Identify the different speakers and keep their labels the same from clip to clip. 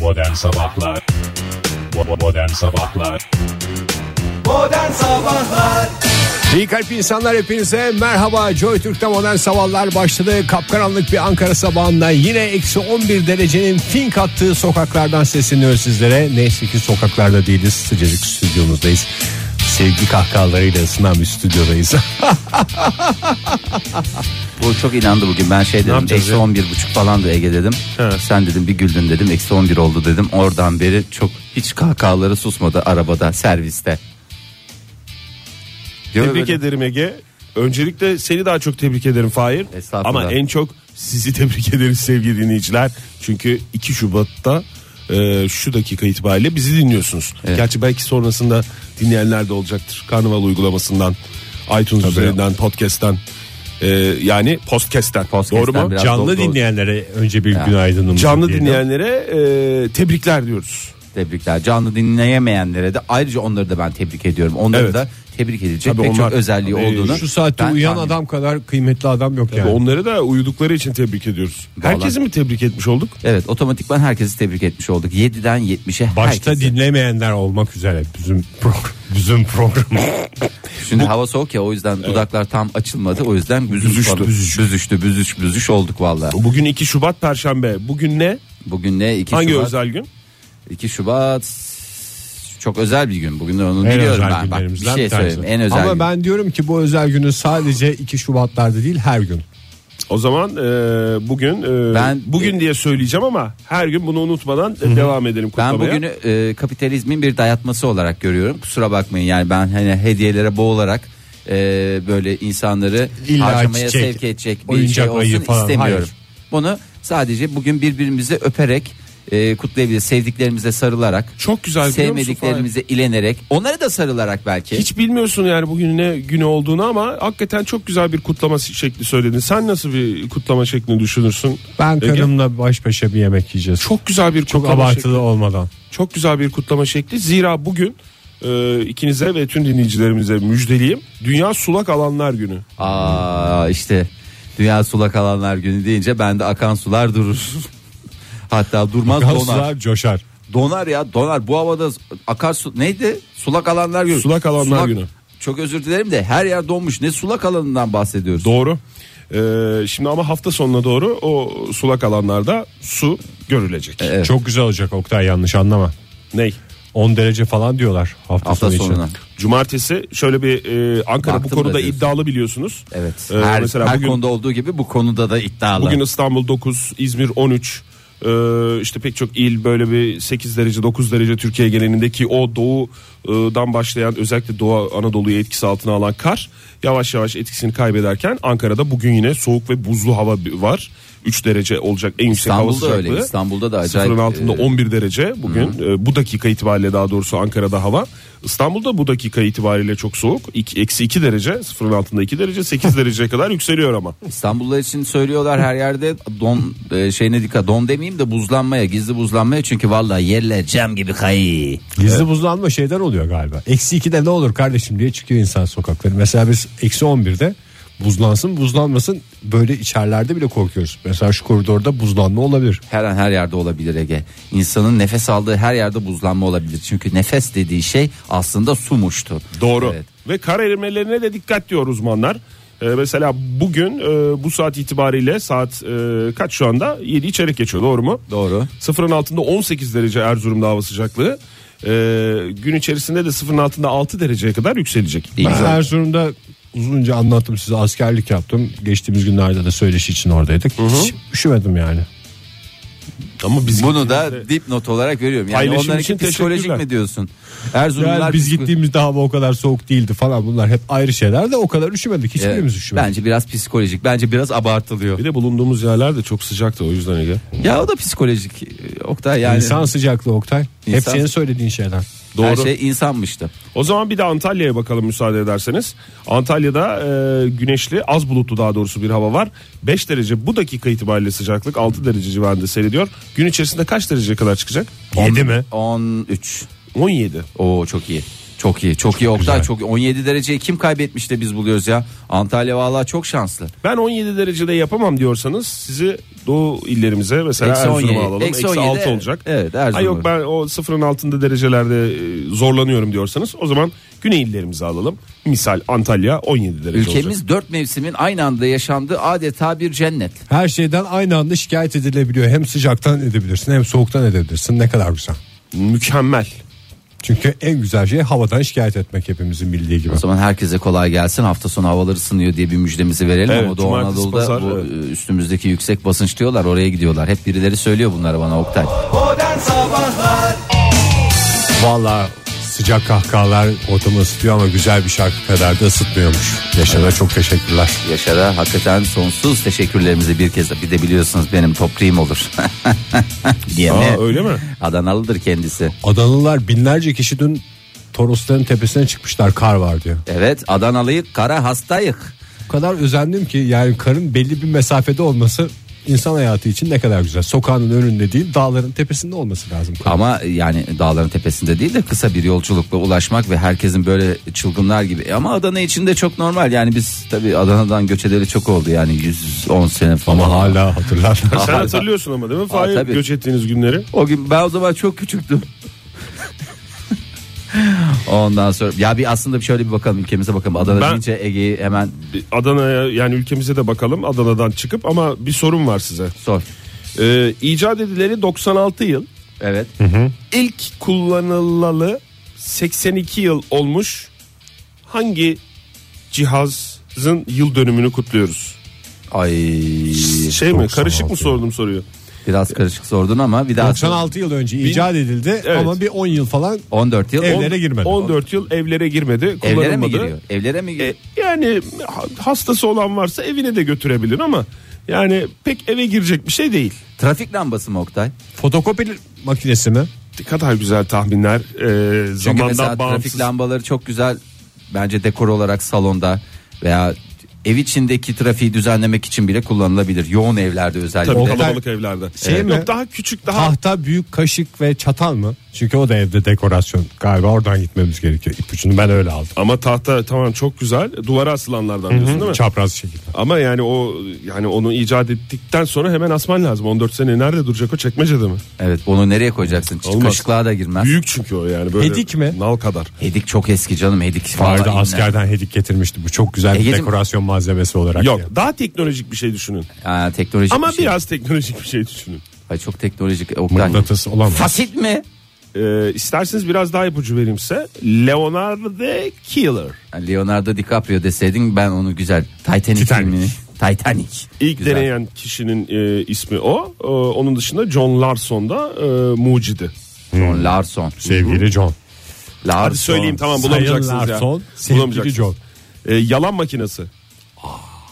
Speaker 1: Modern Sabahlar Bo- Modern Sabahlar
Speaker 2: Modern Sabahlar
Speaker 3: İyi kalp insanlar hepinize merhaba Joy Türk'te modern sabahlar başladı Kapkaranlık bir Ankara sabahında yine eksi 11 derecenin fink attığı sokaklardan sesleniyoruz sizlere Neyse ki sokaklarda değiliz sıcacık stüdyomuzdayız Sevgi kahkahalarıyla ısınan bir stüdyodayız
Speaker 4: Bu çok inandı bugün ben şey dedim
Speaker 3: yapacağız
Speaker 4: eksi
Speaker 3: ya?
Speaker 4: 11 buçuk falan da Ege dedim sen dedim bir güldün dedim eksi 11 oldu dedim oradan beri çok hiç kahkahaları susmadı arabada serviste. Değil mi
Speaker 5: Tebrik
Speaker 4: böyle?
Speaker 5: ederim Ege. Öncelikle seni daha çok tebrik ederim Fahir.
Speaker 4: Estağfurullah.
Speaker 5: Ama en çok sizi tebrik ederiz sevgili dinleyiciler. Çünkü 2 Şubat'ta e, şu dakika itibariyle bizi dinliyorsunuz. Gerçi belki sonrasında dinleyenler de olacaktır. Karnaval uygulamasından, iTunes üzerinden, podcast'ten. e, yani podcast'ten.
Speaker 4: Podcast'ten
Speaker 5: Doğru mu?
Speaker 4: biraz
Speaker 3: Canlı
Speaker 4: doldu.
Speaker 3: dinleyenlere önce bir günaydınımızı
Speaker 5: Canlı
Speaker 3: diyelim.
Speaker 5: dinleyenlere e, tebrikler diyoruz.
Speaker 4: Tebrikler canlı dinleyemeyenlere de ayrıca onları da ben tebrik ediyorum onları
Speaker 5: Evet.
Speaker 4: da tebrik edecek
Speaker 5: Tabii
Speaker 4: pek
Speaker 5: onlar-
Speaker 4: çok özelliği
Speaker 5: Tabii
Speaker 4: olduğunu.
Speaker 3: Şu saatte
Speaker 4: ben
Speaker 3: uyuyan
Speaker 4: tahmin-
Speaker 3: adam kadar kıymetli adam yok yani
Speaker 5: Onları da uyudukları için tebrik ediyoruz.
Speaker 4: Vallahi-
Speaker 5: Herkesi mi tebrik etmiş olduk?
Speaker 4: Evet otomatikman herkesi tebrik etmiş olduk 7'den 70'e
Speaker 3: Başta
Speaker 4: herkesi.
Speaker 3: dinlemeyenler olmak üzere bizim, pro- bizim programımız
Speaker 4: Şimdi hava soğuk ya o yüzden dudaklar tam açılmadı o yüzden büzüştü
Speaker 5: Büzüştü.
Speaker 4: büzüş büzüştü büzüş büzüş olduk valla.
Speaker 5: Bugün 2 Şubat Perşembe. Bugün ne?
Speaker 4: Bugün ne 2
Speaker 5: Hangi
Speaker 4: Şubat?
Speaker 5: özel gün?
Speaker 4: 2 Şubat çok özel bir gün. Bugün de onu
Speaker 3: En
Speaker 4: biliyorum ben.
Speaker 3: özel
Speaker 4: Bak, bir
Speaker 3: günlerimizden
Speaker 4: şey
Speaker 3: bir tanesi.
Speaker 4: söyleyeyim. En özel
Speaker 3: Ama
Speaker 4: gün.
Speaker 3: ben diyorum ki bu özel günü sadece 2 Şubatlarda değil her gün.
Speaker 5: O zaman e, bugün e,
Speaker 4: Ben-
Speaker 5: bugün diye söyleyeceğim ama her gün bunu unutmadan e, devam edelim kutlamaya.
Speaker 4: Ben bugünü e, kapitalizmin bir dayatması olarak görüyorum. Kusura bakmayın yani ben hani hediyelere boğularak e, böyle insanları
Speaker 3: İlla
Speaker 4: harcamaya
Speaker 3: çiçek,
Speaker 4: sevk edecek bir
Speaker 3: oyuncak
Speaker 4: şey
Speaker 3: ayı
Speaker 4: olsun
Speaker 3: falan,
Speaker 4: istemiyorum.
Speaker 3: hayır.
Speaker 4: Bunu sadece bugün birbirimizi öperek e, kutlayabiliriz. Sevdiklerimize sarılarak.
Speaker 5: çok güzel biliyor musun
Speaker 4: sevmediklerimize ilenerek. Onlara da sarılarak belki.
Speaker 5: Fahir? Hiç bilmiyorsun yani bugün ne günü olduğunu ama hakikaten çok güzel bir kutlama şekli söyledin. Sen nasıl bir kutlama şeklini düşünürsün?
Speaker 3: Ben
Speaker 5: Ege?
Speaker 3: karımla baş başa bir yemek yiyeceğiz. Çok,
Speaker 5: Çok güzel bir kutlama
Speaker 3: abartılı
Speaker 5: şekli.
Speaker 3: olmadan.
Speaker 5: Çok güzel bir kutlama şekli. Zira bugün e, ikinize ve tüm dinleyicilerimize müjdeliyim. Dünya Sulak Alanlar Günü.
Speaker 4: Aa işte dünya sulak alanlar günü deyince bende akan sular durur. Hatta durmaz donar.
Speaker 3: Gazlar coşar.
Speaker 4: Donar ya donar bu havada akar su neydi? Sulak alanlar günü.
Speaker 5: Sulak alanlar günü.
Speaker 4: Çok özür dilerim de her yer donmuş. Ne sulak alanından bahsediyoruz?
Speaker 5: Doğru. E, şimdi ama hafta sonuna doğru o sulak alanlarda su görülecek.
Speaker 4: E, Evet.
Speaker 3: Çok güzel olacak Oktay yanlış anlama.
Speaker 5: Ney?
Speaker 3: 10 derece falan diyorlar hafta,
Speaker 4: Hafta
Speaker 3: sonu için.
Speaker 4: sonuna.
Speaker 5: Cumartesi şöyle bir e, Ankara
Speaker 4: Baktım
Speaker 5: bu
Speaker 4: da
Speaker 5: konuda
Speaker 4: diyorsun.
Speaker 5: iddialı biliyorsunuz.
Speaker 4: Evet.
Speaker 5: E,
Speaker 4: her
Speaker 5: mesela
Speaker 4: her
Speaker 5: bugün,
Speaker 4: konuda olduğu gibi bu konuda da iddialı.
Speaker 5: bugün İstanbul 9, İzmir 13 e, işte pek çok il böyle bir 8 derece 9 derece Türkiye genelindeki o doğudan başlayan özellikle Doğu Anadolu'yu etkisi altına alan kar yavaş yavaş etkisini kaybederken Ankara'da bugün yine soğuk ve buzlu hava var. 3 derece olacak en yüksek hava
Speaker 4: İstanbul'da
Speaker 5: sıcaklığı.
Speaker 4: öyle. İstanbul'da da acayip.
Speaker 5: Sıfırın altında
Speaker 4: e,
Speaker 5: 11 derece bugün E, bu dakika itibariyle daha doğrusu Ankara'da hava. İstanbul'da bu dakika itibariyle çok soğuk. İki- Eksi 2 derece sıfırın altında 2 derece 8 dereceye kadar yükseliyor ama.
Speaker 4: İstanbullular için söylüyorlar her yerde don e, şeyine dikkat don demeyeyim de buzlanmaya gizli buzlanmaya çünkü vallahi yerler cam gibi kayı.
Speaker 3: Gizli buzlanma şeyden oluyor galiba. Eksi 2'de ne olur kardeşim diye çıkıyor insan sokakları. Mesela biz eksi 11'de buzlansın buzlanmasın böyle içerlerde bile korkuyoruz. Mesela şu koridorda buzlanma olabilir.
Speaker 4: Her an her yerde olabilir Ege. İnsanın nefes aldığı her yerde buzlanma olabilir. Çünkü nefes dediği şey aslında sumuştu.
Speaker 5: Doğru.
Speaker 4: Evet.
Speaker 5: Ve kar erimelerine de dikkat diyor uzmanlar. E, mesela bugün e, bu saat itibariyle saat e, kaç şu anda? 7 içerik geçiyor doğru mu?
Speaker 4: Doğru.
Speaker 5: Sıfırın altında 18 derece Erzurum'da hava sıcaklığı. E, gün içerisinde de sıfırın altında 6 dereceye kadar yükselecek.
Speaker 4: İyi.
Speaker 3: Ben
Speaker 4: Güzel.
Speaker 3: Erzurum'da uzunca anlattım size askerlik yaptım. Geçtiğimiz günlerde de söyleşi için oradaydık. Hiç üşümedim yani.
Speaker 5: Ama biz
Speaker 4: Bunu da dipnot olarak veriyorum. Yani
Speaker 5: Paylaşım
Speaker 4: onların
Speaker 5: için
Speaker 4: psikolojik
Speaker 5: teşekkürler.
Speaker 4: mi diyorsun?
Speaker 3: Yani
Speaker 4: Erzurumlar
Speaker 3: biz
Speaker 4: psiko-
Speaker 3: gittiğimizde hava o kadar soğuk değildi falan bunlar hep ayrı şeyler de o kadar üşümedik
Speaker 4: Evet.
Speaker 3: hiçbirimiz üşümedik.
Speaker 4: Bence biraz psikolojik. Bence biraz abartılıyor.
Speaker 5: Bir de bulunduğumuz yerler de çok sıcaktı o yüzden Ege.
Speaker 4: Ya o da psikolojik. e, Oktay yani
Speaker 3: İnsan sıcaklığı Oktay. Hep
Speaker 4: İnsan-
Speaker 3: senin söylediğin şeyler.
Speaker 4: her
Speaker 5: Doğru.
Speaker 4: şey insanmıştı.
Speaker 5: O zaman bir de Antalya'ya bakalım müsaade ederseniz. Antalya'da e, güneşli az bulutlu daha doğrusu bir hava var. 5 derece bu dakika itibariyle sıcaklık 6 derece civarında seyrediyor. Gün içerisinde kaç dereceye kadar çıkacak?
Speaker 3: 7 mi?
Speaker 4: 13.
Speaker 5: 17.
Speaker 4: Oo çok iyi. Çok iyi, çok, iyi Oktay. Çok iyi. 17 dereceyi kim kaybetmiş de biz buluyoruz ya. Antalya vallahi çok şanslı.
Speaker 5: Ben 17 derecede yapamam diyorsanız sizi doğu illerimize mesela
Speaker 4: Eksi
Speaker 5: Erzurum'a
Speaker 4: 17,
Speaker 5: alalım.
Speaker 4: eksi
Speaker 5: Eksi
Speaker 4: 17,
Speaker 5: 6
Speaker 4: evet.
Speaker 5: olacak.
Speaker 4: Evet,
Speaker 5: Ha
Speaker 4: Erzurum olur.
Speaker 5: yok ben o sıfırın altında derecelerde e, zorlanıyorum diyorsanız o zaman güney illerimizi alalım. Misal Antalya 17 derece olacak.
Speaker 4: Ülkemiz dört mevsimin aynı anda yaşandığı adeta bir cennet.
Speaker 3: Her şeyden aynı anda şikayet edilebiliyor. Hem sıcaktan edebilirsin hem soğuktan edebilirsin. Ne kadar güzel.
Speaker 5: Mükemmel.
Speaker 3: Çünkü en güzel şey havadan şikayet etmek hepimizin bildiği gibi.
Speaker 4: O zaman herkese kolay gelsin. Hafta sonu havaları ısınıyor diye bir müjdemizi verelim
Speaker 5: Evet,
Speaker 4: ama Doğu
Speaker 5: cumartesi,
Speaker 4: Anadolu'da
Speaker 5: pazar,
Speaker 4: bu
Speaker 5: evet.
Speaker 4: e, üstümüzdeki yüksek basınç diyorlar oraya gidiyorlar. Hep birileri söylüyor bunları bana Oktay.
Speaker 2: Modern Sabahlar
Speaker 3: Valla sıcak kahkahalar ortamı ısıtıyor ama güzel bir şarkı kadar da ısıtmıyormuş. Yaşar'a çok teşekkürler.
Speaker 4: Yaşar'a hakikaten sonsuz teşekkürlerimizi bir kez de bir de biliyorsunuz benim toprağım olur. diye mi?
Speaker 5: Aa, öyle mi?
Speaker 4: Adanalıdır kendisi.
Speaker 3: Adanalılar binlerce kişi dün Torosların tepesine çıkmışlar kar var diye.
Speaker 4: Evet Adanalıyık kara hastayık.
Speaker 3: O kadar özendim ki yani karın belli bir mesafede olması insan hayatı için ne kadar güzel. Sokağın önünde değil dağların tepesinde olması lazım. karın.
Speaker 4: Ama yani dağların tepesinde değil de kısa bir yolculukla ulaşmak ve herkesin böyle çılgınlar gibi. E Ama Adana için de çok normal. Yani biz tabii Adana'dan göç edeli çok oldu yani 110 sene falan.
Speaker 3: Ama hala hatırlarlar.
Speaker 5: Sen hatırlıyorsun ama değil mi? Fahir
Speaker 4: tabii.
Speaker 5: göç ettiğiniz günleri.
Speaker 4: O gün ben o zaman çok küçüktüm. Ondan sonra ya bir aslında bir şöyle bir bakalım ülkemize bakalım. Adana
Speaker 5: Ben-
Speaker 4: deyince Ege'yi hemen
Speaker 5: Bir Adana'ya yani ülkemize de bakalım Adana'dan çıkıp ama bir sorun var size.
Speaker 4: sor.
Speaker 5: Ee, icat edileri 96 yıl.
Speaker 4: Evet.
Speaker 5: İlk kullanılalı 82 yıl olmuş hangi cihazın yıl dönümünü kutluyoruz?
Speaker 4: Ay
Speaker 5: Şey mi
Speaker 3: 96
Speaker 5: karışık mı
Speaker 3: yıl.
Speaker 5: sordum soruyu?
Speaker 4: biraz karışık sordun ama bir daha
Speaker 3: 96 yıl önce icat edildi
Speaker 5: Evet.
Speaker 3: ama bir 10 yıl falan
Speaker 4: 14 yıl.
Speaker 3: Evlere
Speaker 5: On-
Speaker 3: girmedi.
Speaker 5: 14 yıl evlere girmedi, kullanılmadı.
Speaker 4: Evlere mi giriyor? Evlere mi giriyor?
Speaker 5: E, yani ha- hastası olan varsa evine de götürebilir ama yani pek eve girecek bir şey değil.
Speaker 4: Trafik lambası mı Oktay?
Speaker 3: fotokopi makinesi mi?
Speaker 5: Ne kadar güzel tahminler e,
Speaker 4: Çünkü
Speaker 5: zamandan
Speaker 4: mesela
Speaker 5: bağımsız.
Speaker 4: trafik lambaları çok güzel bence dekor olarak salonda veya ev içindeki trafiği düzenlemek için bile kullanılabilir. Yoğun evlerde özellikle.
Speaker 5: Tabii
Speaker 3: Oktay-
Speaker 5: kalabalık evlerde.
Speaker 3: Şey
Speaker 5: Evet.
Speaker 3: mi?
Speaker 5: Yok daha küçük daha
Speaker 3: Tahta, büyük kaşık ve çatal mı? Çünkü o da evde dekorasyon. Galiba oradan gitmemiz gerekiyor. İpucunu ben öyle aldım.
Speaker 5: ama tahta tamam çok güzel duvara asılanlardan diyorsun değil mi?
Speaker 3: Çapraz şekilde.
Speaker 5: Ama yani o yani onu icat ettikten sonra hemen asman lazım. 14 sene nerede duracak o çekmecede mi?
Speaker 4: Evet onu nereye koyacaksın? Hiç
Speaker 5: Olmaz.
Speaker 4: Kaşıklığa da girmez.
Speaker 5: Büyük çünkü o yani böyle.
Speaker 3: Hedik mi?
Speaker 5: Nal kadar.
Speaker 4: Hedik çok eski canım hedik.
Speaker 3: Vardı
Speaker 4: Vallahi E,
Speaker 3: askerden hedik getirmişti. Bu çok güzel bir
Speaker 4: Egeciğim-
Speaker 3: dekorasyon malzemesi olarak.
Speaker 5: Yok
Speaker 3: yani.
Speaker 5: daha teknolojik bir şey düşünün.
Speaker 4: Ha, teknolojik
Speaker 5: Ama
Speaker 4: bir şey.
Speaker 5: biraz teknolojik bir şey düşünün.
Speaker 4: Ay, çok teknolojik. Oktay.
Speaker 3: Mıknatıs olamaz.
Speaker 4: Fasit mi?
Speaker 5: Ee, isterseniz biraz daha ipucu vereyim size. Leonardo the Killer.
Speaker 4: Leonardo DiCaprio deseydin ben onu güzel. Titanic,
Speaker 3: Titanic.
Speaker 4: filmini. Titanic.
Speaker 5: İlk
Speaker 4: Güzel.
Speaker 5: deneyen kişinin e, ismi o. Ee, onun dışında John Larson da e, mucidi.
Speaker 4: John Larson.
Speaker 3: Sevgili John.
Speaker 4: Larson.
Speaker 5: Şey, Hadi söyleyeyim tamam bulamayacaksınız
Speaker 3: Sayın
Speaker 5: ya.
Speaker 3: Larson, sevgili
Speaker 5: Bulamayacaksınız.
Speaker 3: John.
Speaker 5: Ee, yalan makinesi.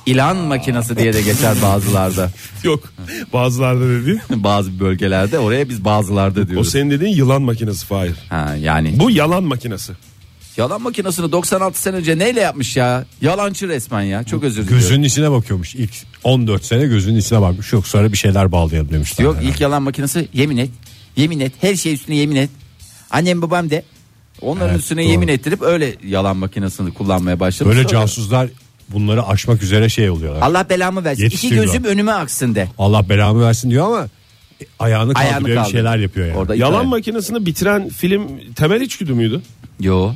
Speaker 4: İlan makinesi diye de geçer bazılarda.
Speaker 5: Yok bazılarda dedi.
Speaker 4: Bazı bölgelerde oraya biz bazılarda
Speaker 5: O
Speaker 4: diyoruz.
Speaker 5: senin dediğin yılan makinesi Fahir.
Speaker 4: Ha, yani.
Speaker 5: Bu yalan makinesi.
Speaker 4: Yalan makinesini 96 sene önce neyle yapmış ya? Yalancı resmen ya. Çok özür diliyorum.
Speaker 3: Gözünün içine bakıyormuş. İlk 14 sene gözünün içine bakmış. Yok sonra bir şeyler bağlayalım demişler.
Speaker 4: Yok
Speaker 3: herhalde.
Speaker 4: ilk yalan makinesi yemin et. Yemin et. Her şey üstüne yemin et. Annem babam de. Onların
Speaker 3: Evet,
Speaker 4: üstüne
Speaker 3: doğru.
Speaker 4: yemin ettirip öyle yalan makinesini kullanmaya başlamış.
Speaker 3: Böyle
Speaker 4: Sonra-
Speaker 3: casuslar bunları aşmak üzere şey oluyorlar.
Speaker 4: Allah belamı versin. İki
Speaker 3: Yetiştiriyor.
Speaker 4: gözüm önüme aksın de.
Speaker 3: Allah belamı versin diyor ama e, ayağını
Speaker 4: Ayağını
Speaker 3: kaldırıyor bir
Speaker 4: kaldır.
Speaker 3: şeyler yapıyor yani.
Speaker 4: Orada
Speaker 5: Yalan
Speaker 4: iptal-
Speaker 5: makinesini bitiren film temel içgüdü müydü?
Speaker 4: Yo.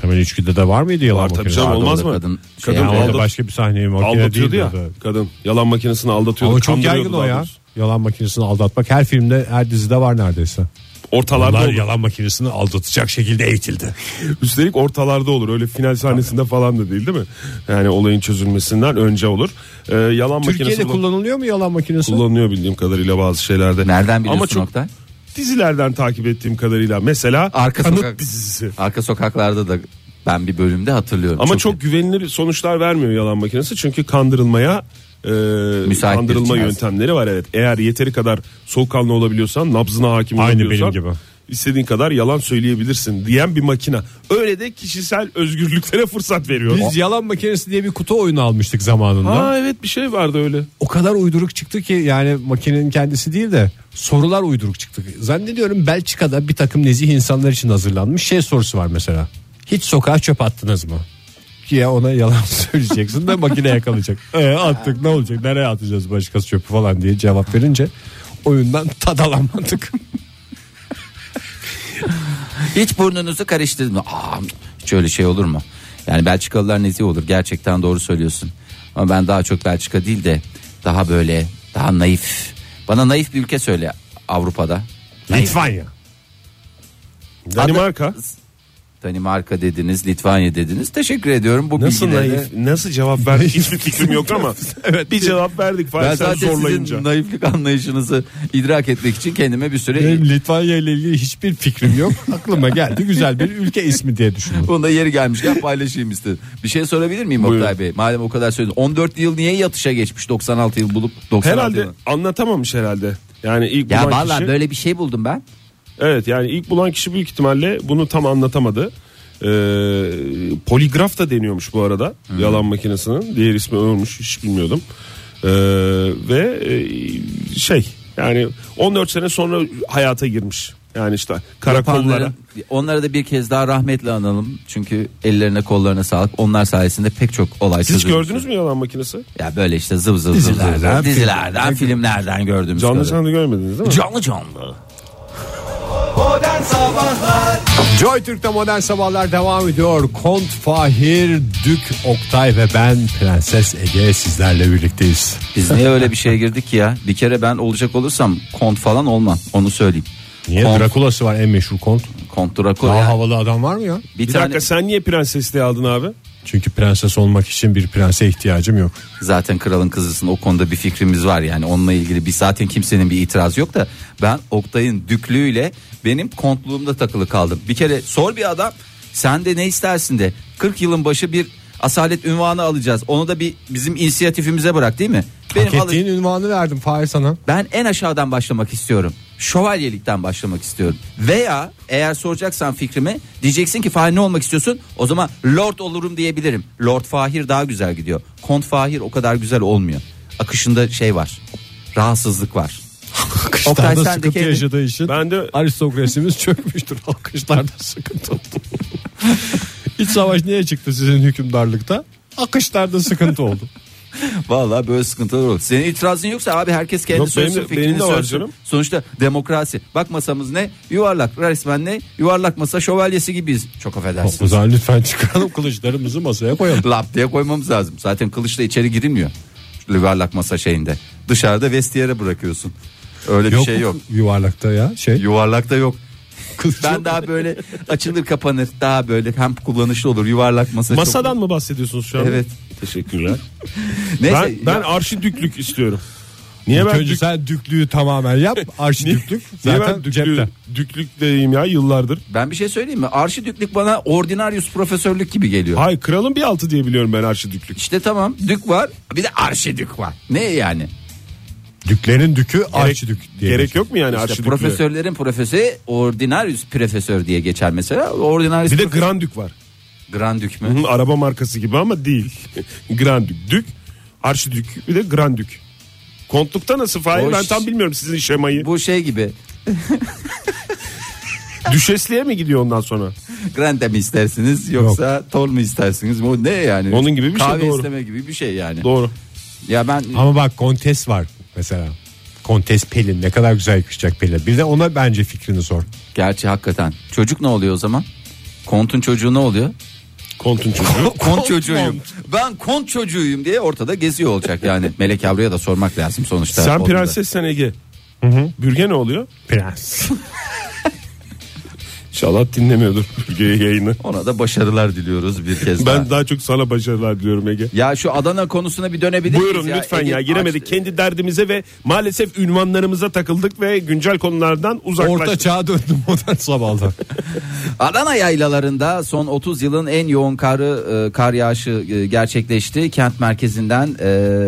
Speaker 3: Temel içgüde de var mıydı yalan
Speaker 5: Var tabii
Speaker 3: makinesi?
Speaker 5: canım
Speaker 4: Pardon,
Speaker 5: olmaz
Speaker 4: orada kadın
Speaker 5: mı? Kadın,
Speaker 4: şey
Speaker 3: Yani orada
Speaker 5: aldat-
Speaker 3: başka bir sahne makine
Speaker 5: aldatıyordu
Speaker 3: değil.
Speaker 5: ya.
Speaker 3: orada.
Speaker 5: Kadın yalan makinesini aldatıyordu.
Speaker 3: Ama çok
Speaker 5: kandırıyordu
Speaker 3: yaygın o
Speaker 5: daha
Speaker 3: ya.
Speaker 5: doğrusu.
Speaker 3: Yalan makinesini aldatmak her filmde her dizide var neredeyse.
Speaker 5: Ortalarda
Speaker 3: Onlar
Speaker 5: olur.
Speaker 3: yalan makinesini aldatacak şekilde eğitildi.
Speaker 5: Üstelik ortalarda olur. Öyle final sahnesinde falan da değil değil mi? Yani olayın çözülmesinden önce olur. Ee, yalan
Speaker 3: Türkiye'de
Speaker 5: makinesi kullan-
Speaker 3: kullanılıyor mu yalan makinesi?
Speaker 5: kullanılıyor bildiğim kadarıyla bazı şeylerde.
Speaker 4: Nereden biliyorsun
Speaker 5: Ama çok
Speaker 4: Oktay?
Speaker 5: dizilerden takip ettiğim kadarıyla. Mesela
Speaker 4: Arka
Speaker 5: Kanıt
Speaker 4: sokak-
Speaker 5: dizisi.
Speaker 4: Arka sokaklarda da ben bir bölümde hatırlıyorum.
Speaker 5: Ama çok, güvenilir sonuçlar vermiyor yalan makinesi çünkü kandırılmaya e,
Speaker 4: Müsait bir
Speaker 5: kandırılma
Speaker 4: cihaz.
Speaker 5: yöntemleri var evet. Eğer yeteri kadar soğukkanlı olabiliyorsan, nabzına hakim
Speaker 3: Aynı
Speaker 5: olabiliyorsan
Speaker 3: benim gibi.
Speaker 5: istediğin kadar yalan söyleyebilirsin diyen bir makina. Öyle de kişisel özgürlüklere fırsat veriyor.
Speaker 3: Biz yalan makinesi diye bir kutu oyunu almıştık zamanında.
Speaker 5: Ha evet bir şey vardı öyle.
Speaker 3: O kadar uyduruk çıktı ki yani makinenin kendisi değil de sorular uyduruk çıktı. Zannediyorum Belçika'da bir takım nezih insanlar için hazırlanmış şey sorusu var mesela. Hiç sokağa çöp attınız mı? Ya ona yalan söyleyeceksin de makine yakalayacak. E, attık ne olacak nereye atacağız başkası çöpü falan diye cevap verince oyundan tadalamadık.
Speaker 4: Hiç burnunuzu karıştırdın mı? Aa, hiç öyle şey olur mu? Yani Belçikalılar nezih olur. Gerçekten doğru söylüyorsun. Ama ben daha çok Belçika değil de daha böyle daha naif. Bana naif bir ülke söyle Avrupa'da. Naif.
Speaker 3: Litvanya.
Speaker 5: Danimarka.
Speaker 4: Danimarka dediniz, Litvanya dediniz. Teşekkür ediyorum bu
Speaker 5: Nasıl
Speaker 4: bilgileri.
Speaker 5: naif, nasıl cevap verdik hiçbir fikrim yok ama bir cevap verdik
Speaker 4: Ben
Speaker 5: Fahir sen
Speaker 4: zaten
Speaker 5: zorlayınca.
Speaker 4: sizin naiflik anlayışınızı idrak etmek için kendime bir süre
Speaker 3: Benim Litvanya ile ilgili hiçbir fikrim yok. Aklıma geldi güzel bir ülke ismi diye düşündüm.
Speaker 4: Bunda yeri gelmişken paylaşayım istedim. Bir şey sorabilir miyim Oktay
Speaker 5: Buyurun.
Speaker 4: Bey? Madem o kadar söyledin. 14 yıl niye yatışa geçmiş 96 yıl bulup 96
Speaker 5: Herhalde
Speaker 4: yılını?
Speaker 5: anlatamamış herhalde. Yani ilk
Speaker 4: Ya
Speaker 5: bulan
Speaker 4: vallahi
Speaker 5: kişi,
Speaker 4: böyle bir şey buldum ben.
Speaker 5: evet yani ilk bulan kişi büyük ihtimalle bunu tam anlatamadı. Ee, poligraf da deniyormuş bu arada yalan makinesinin diğer ismi olmuş hiç bilmiyordum. Ee, ve e, şey yani 14 sene sonra hayata girmiş. Yani işte karakollara.
Speaker 4: Yapanların- Onlara da bir kez daha rahmetle analım. Çünkü ellerine kollarına sağlık. Onlar sayesinde pek çok olay
Speaker 5: Siz
Speaker 4: çözülmüş.
Speaker 5: gördünüz mü yalan makinesi?
Speaker 4: Ya böyle işte zıv zıv zıv
Speaker 3: Dizilerden,
Speaker 4: zıv zıv. Dizilerden,
Speaker 3: filmlerden,
Speaker 4: filmlerden gördüğümüz
Speaker 5: Canlı
Speaker 4: kadarıyla.
Speaker 5: canlı görmediniz değil mi?
Speaker 4: Canlı canlı.
Speaker 2: Modern Sabahlar
Speaker 3: Joy Türk'te modern sabahlar devam ediyor. Kont Fahir, Dük Oktay ve ben Prenses Ege sizlerle birlikteyiz.
Speaker 4: Biz niye öyle bir şeye girdik ki ya? Bir kere ben olacak olursam kont falan olmam. Onu söyleyeyim.
Speaker 3: Niye?
Speaker 4: Kont,
Speaker 3: Drakula'sı var en meşhur kont.
Speaker 4: kont Drakula.
Speaker 3: Daha
Speaker 4: ya.
Speaker 3: havalı adam var mı ya?
Speaker 4: Bir,
Speaker 5: Bir
Speaker 4: tane
Speaker 5: dakika sen niye prensesliği aldın abi?
Speaker 3: Çünkü prenses olmak için bir prense ihtiyacım yok.
Speaker 4: zaten kralın kızısın o konuda bir fikrimiz var yani onunla ilgili bir zaten kimsenin bir itirazı yok da ben Oktay'ın düklüğüyle benim kontluğumda takılı kaldım. Bir kere sor bir adam sen de ne istersin de 40 yılın başı bir asalet ünvanı alacağız. Onu da bir bizim inisiyatifimize bırak değil mi?
Speaker 3: Hak
Speaker 4: Benim alı-
Speaker 3: ettiğin ünvanı verdim Fahir sana.
Speaker 4: ben en aşağıdan başlamak istiyorum. Şövalyelikten başlamak istiyorum. Veya eğer soracaksan fikrimi diyeceksin ki Fahir ne olmak istiyorsun? O zaman Lord olurum diyebilirim. Lord Fahir daha güzel gidiyor. Kont Fahir o kadar güzel olmuyor. Akışında şey var. Rahatsızlık var. Oktay,
Speaker 3: Kışlarda
Speaker 4: sen de
Speaker 3: sıkıntı
Speaker 4: kendin-
Speaker 3: yaşadığı için
Speaker 5: Ben de
Speaker 3: aristokrasimiz çökmüştür. Akışlarda sıkıntı oldu. İç savaş niye çıktı sizin hükümdarlıkta? Akışlarda sıkıntı oldu.
Speaker 4: Vallahi böyle sıkıntılar olur. Senin itirazın yoksa abi herkes kendi
Speaker 5: Yok,
Speaker 4: söylesin
Speaker 5: benim de-
Speaker 4: fikrini
Speaker 5: benim de var
Speaker 4: söylesin.
Speaker 5: canım.
Speaker 4: Sonuçta demokrasi. Bak masamız ne? Yuvarlak. Resmen ne? Yuvarlak masa şövalyesi gibiyiz. Çok
Speaker 3: O
Speaker 4: affedersiniz.
Speaker 3: zaman lütfen çıkaralım kılıçlarımızı masaya koyalım.
Speaker 4: Lap diye koymamız lazım. Zaten kılıçla içeri girilmiyor. Yuvarlak masa şeyinde. Dışarıda vestiyere bırakıyorsun. Öyle bir şey yok.
Speaker 3: Yuvarlakta ya şey.
Speaker 4: Yuvarlakta yok. Ben daha böyle açılır kapanır daha böyle hem kullanışlı olur yuvarlak masa. çok-
Speaker 5: masadan mı bahsediyorsunuz şu an?
Speaker 4: Evet.
Speaker 5: Teşekkürler.
Speaker 4: Neyse,
Speaker 5: ben ben
Speaker 4: ya-
Speaker 5: arşidüklük istiyorum. Niye
Speaker 3: İlk
Speaker 5: ben
Speaker 3: önce
Speaker 5: dük,
Speaker 3: sen düklüğü tamamen yap. Arşidüklük
Speaker 5: niye ben
Speaker 3: zaten
Speaker 5: düklü-
Speaker 3: cepte.
Speaker 5: düklük deyim ya yıllardır.
Speaker 4: ben bir şey söyleyeyim mi? Arşidüklük bana ordinarius profesörlük gibi geliyor.
Speaker 5: Hayır kralın bir altı diye biliyorum ben arşidüklük.
Speaker 4: İşte tamam dük var bir de arşidük var. Ne yani?
Speaker 3: Düklerin dükü arşidük diye.
Speaker 5: Gerek yok mu yani
Speaker 4: İşte
Speaker 5: arşidüklüğe?
Speaker 4: profesörlerin profesörü ordinarius profesör diye geçer mesela. Ordinarius
Speaker 5: Bir de
Speaker 4: profesör-
Speaker 5: grandük var.
Speaker 4: grandük mü?
Speaker 5: Hı, araba markası gibi ama değil. grandük, dük, arşidük bir de grandük. Kontlukta nasıl Fahir?
Speaker 4: Hoş.
Speaker 5: Ben tam bilmiyorum sizin şemayı.
Speaker 4: Bu şey gibi
Speaker 5: Düşesliğe mi gidiyor ondan sonra?
Speaker 4: Grande mi istersiniz yoksa tol mu istersiniz? Bu ne yani?
Speaker 5: Onun gibi bir şey,
Speaker 4: Kahve
Speaker 5: doğru.
Speaker 4: isteme gibi bir şey yani.
Speaker 5: Doğru.
Speaker 4: Ya ben
Speaker 3: Ama bak kontes var mesela. Kontes Pelin ne kadar güzel yakışacak Pelin. Bir de ona bence fikrini sor.
Speaker 4: gerçi hakikaten çocuk ne oluyor o zaman? Kontun çocuğu ne oluyor?
Speaker 5: Kontun çocuğu.
Speaker 4: Kont çocuğuyum. Ben kont çocuğuyum diye ortada geziyor olacak yani. Melek Yavru'ya da sormak lazım sonuçta.
Speaker 5: Sen
Speaker 4: Onu da.
Speaker 5: prensessen Ege. Bürge ne oluyor?
Speaker 3: Prens.
Speaker 5: İnşallah dinlemiyordur Bürge'ye yayını.
Speaker 4: Ona da başarılar diliyoruz bir kez daha.
Speaker 5: Ben daha çok sana başarılar diliyorum Ege.
Speaker 4: Ya şu Adana konusuna bir dönebilir miyiz
Speaker 5: Buyurun
Speaker 4: ya?
Speaker 5: lütfen
Speaker 4: Ege
Speaker 5: ya giremedik.
Speaker 4: aç-
Speaker 5: Kendi derdimize ve maalesef ünvanlarımıza takıldık ve güncel konulardan uzaklaştık.
Speaker 3: Orta çağa döndüm modern sabahlar.
Speaker 4: Adana yaylalarında son 30 yılın en yoğun karı e, kar yağışı e, gerçekleşti. Kent merkezinden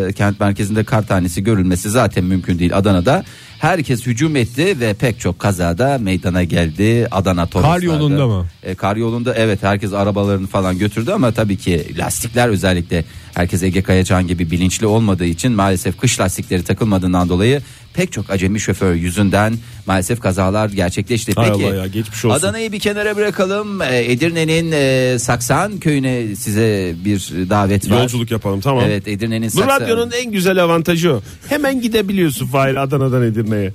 Speaker 4: e, kent merkezinde kar tanesi görülmesi zaten mümkün değil Adana'da. Herkes hücum etti ve pek çok kazada meydana geldi Adana Toroslar'da.
Speaker 3: Kar yolunda mı?
Speaker 4: E, kar yolunda evet herkes arabalarını falan götürdü ama tabii ki lastikler özellikle Herkes Ege Kayacan gibi bilinçli olmadığı için maalesef kış lastikleri takılmadığından dolayı pek çok acemi şoför yüzünden maalesef kazalar gerçekleşti.
Speaker 5: Hay
Speaker 4: Peki
Speaker 5: Allah ya, geçmiş olsun.
Speaker 4: Adana'yı bir kenara bırakalım. Ee, Edirne'nin e, Saksan köyüne size bir davet var.
Speaker 5: Yolculuk yapalım tamam.
Speaker 4: Evet Edirne'nin
Speaker 5: Bu
Speaker 4: Saksan.
Speaker 5: radyonun en güzel avantajı o. Hemen gidebiliyorsun Fahir Adana'dan Edirne'ye.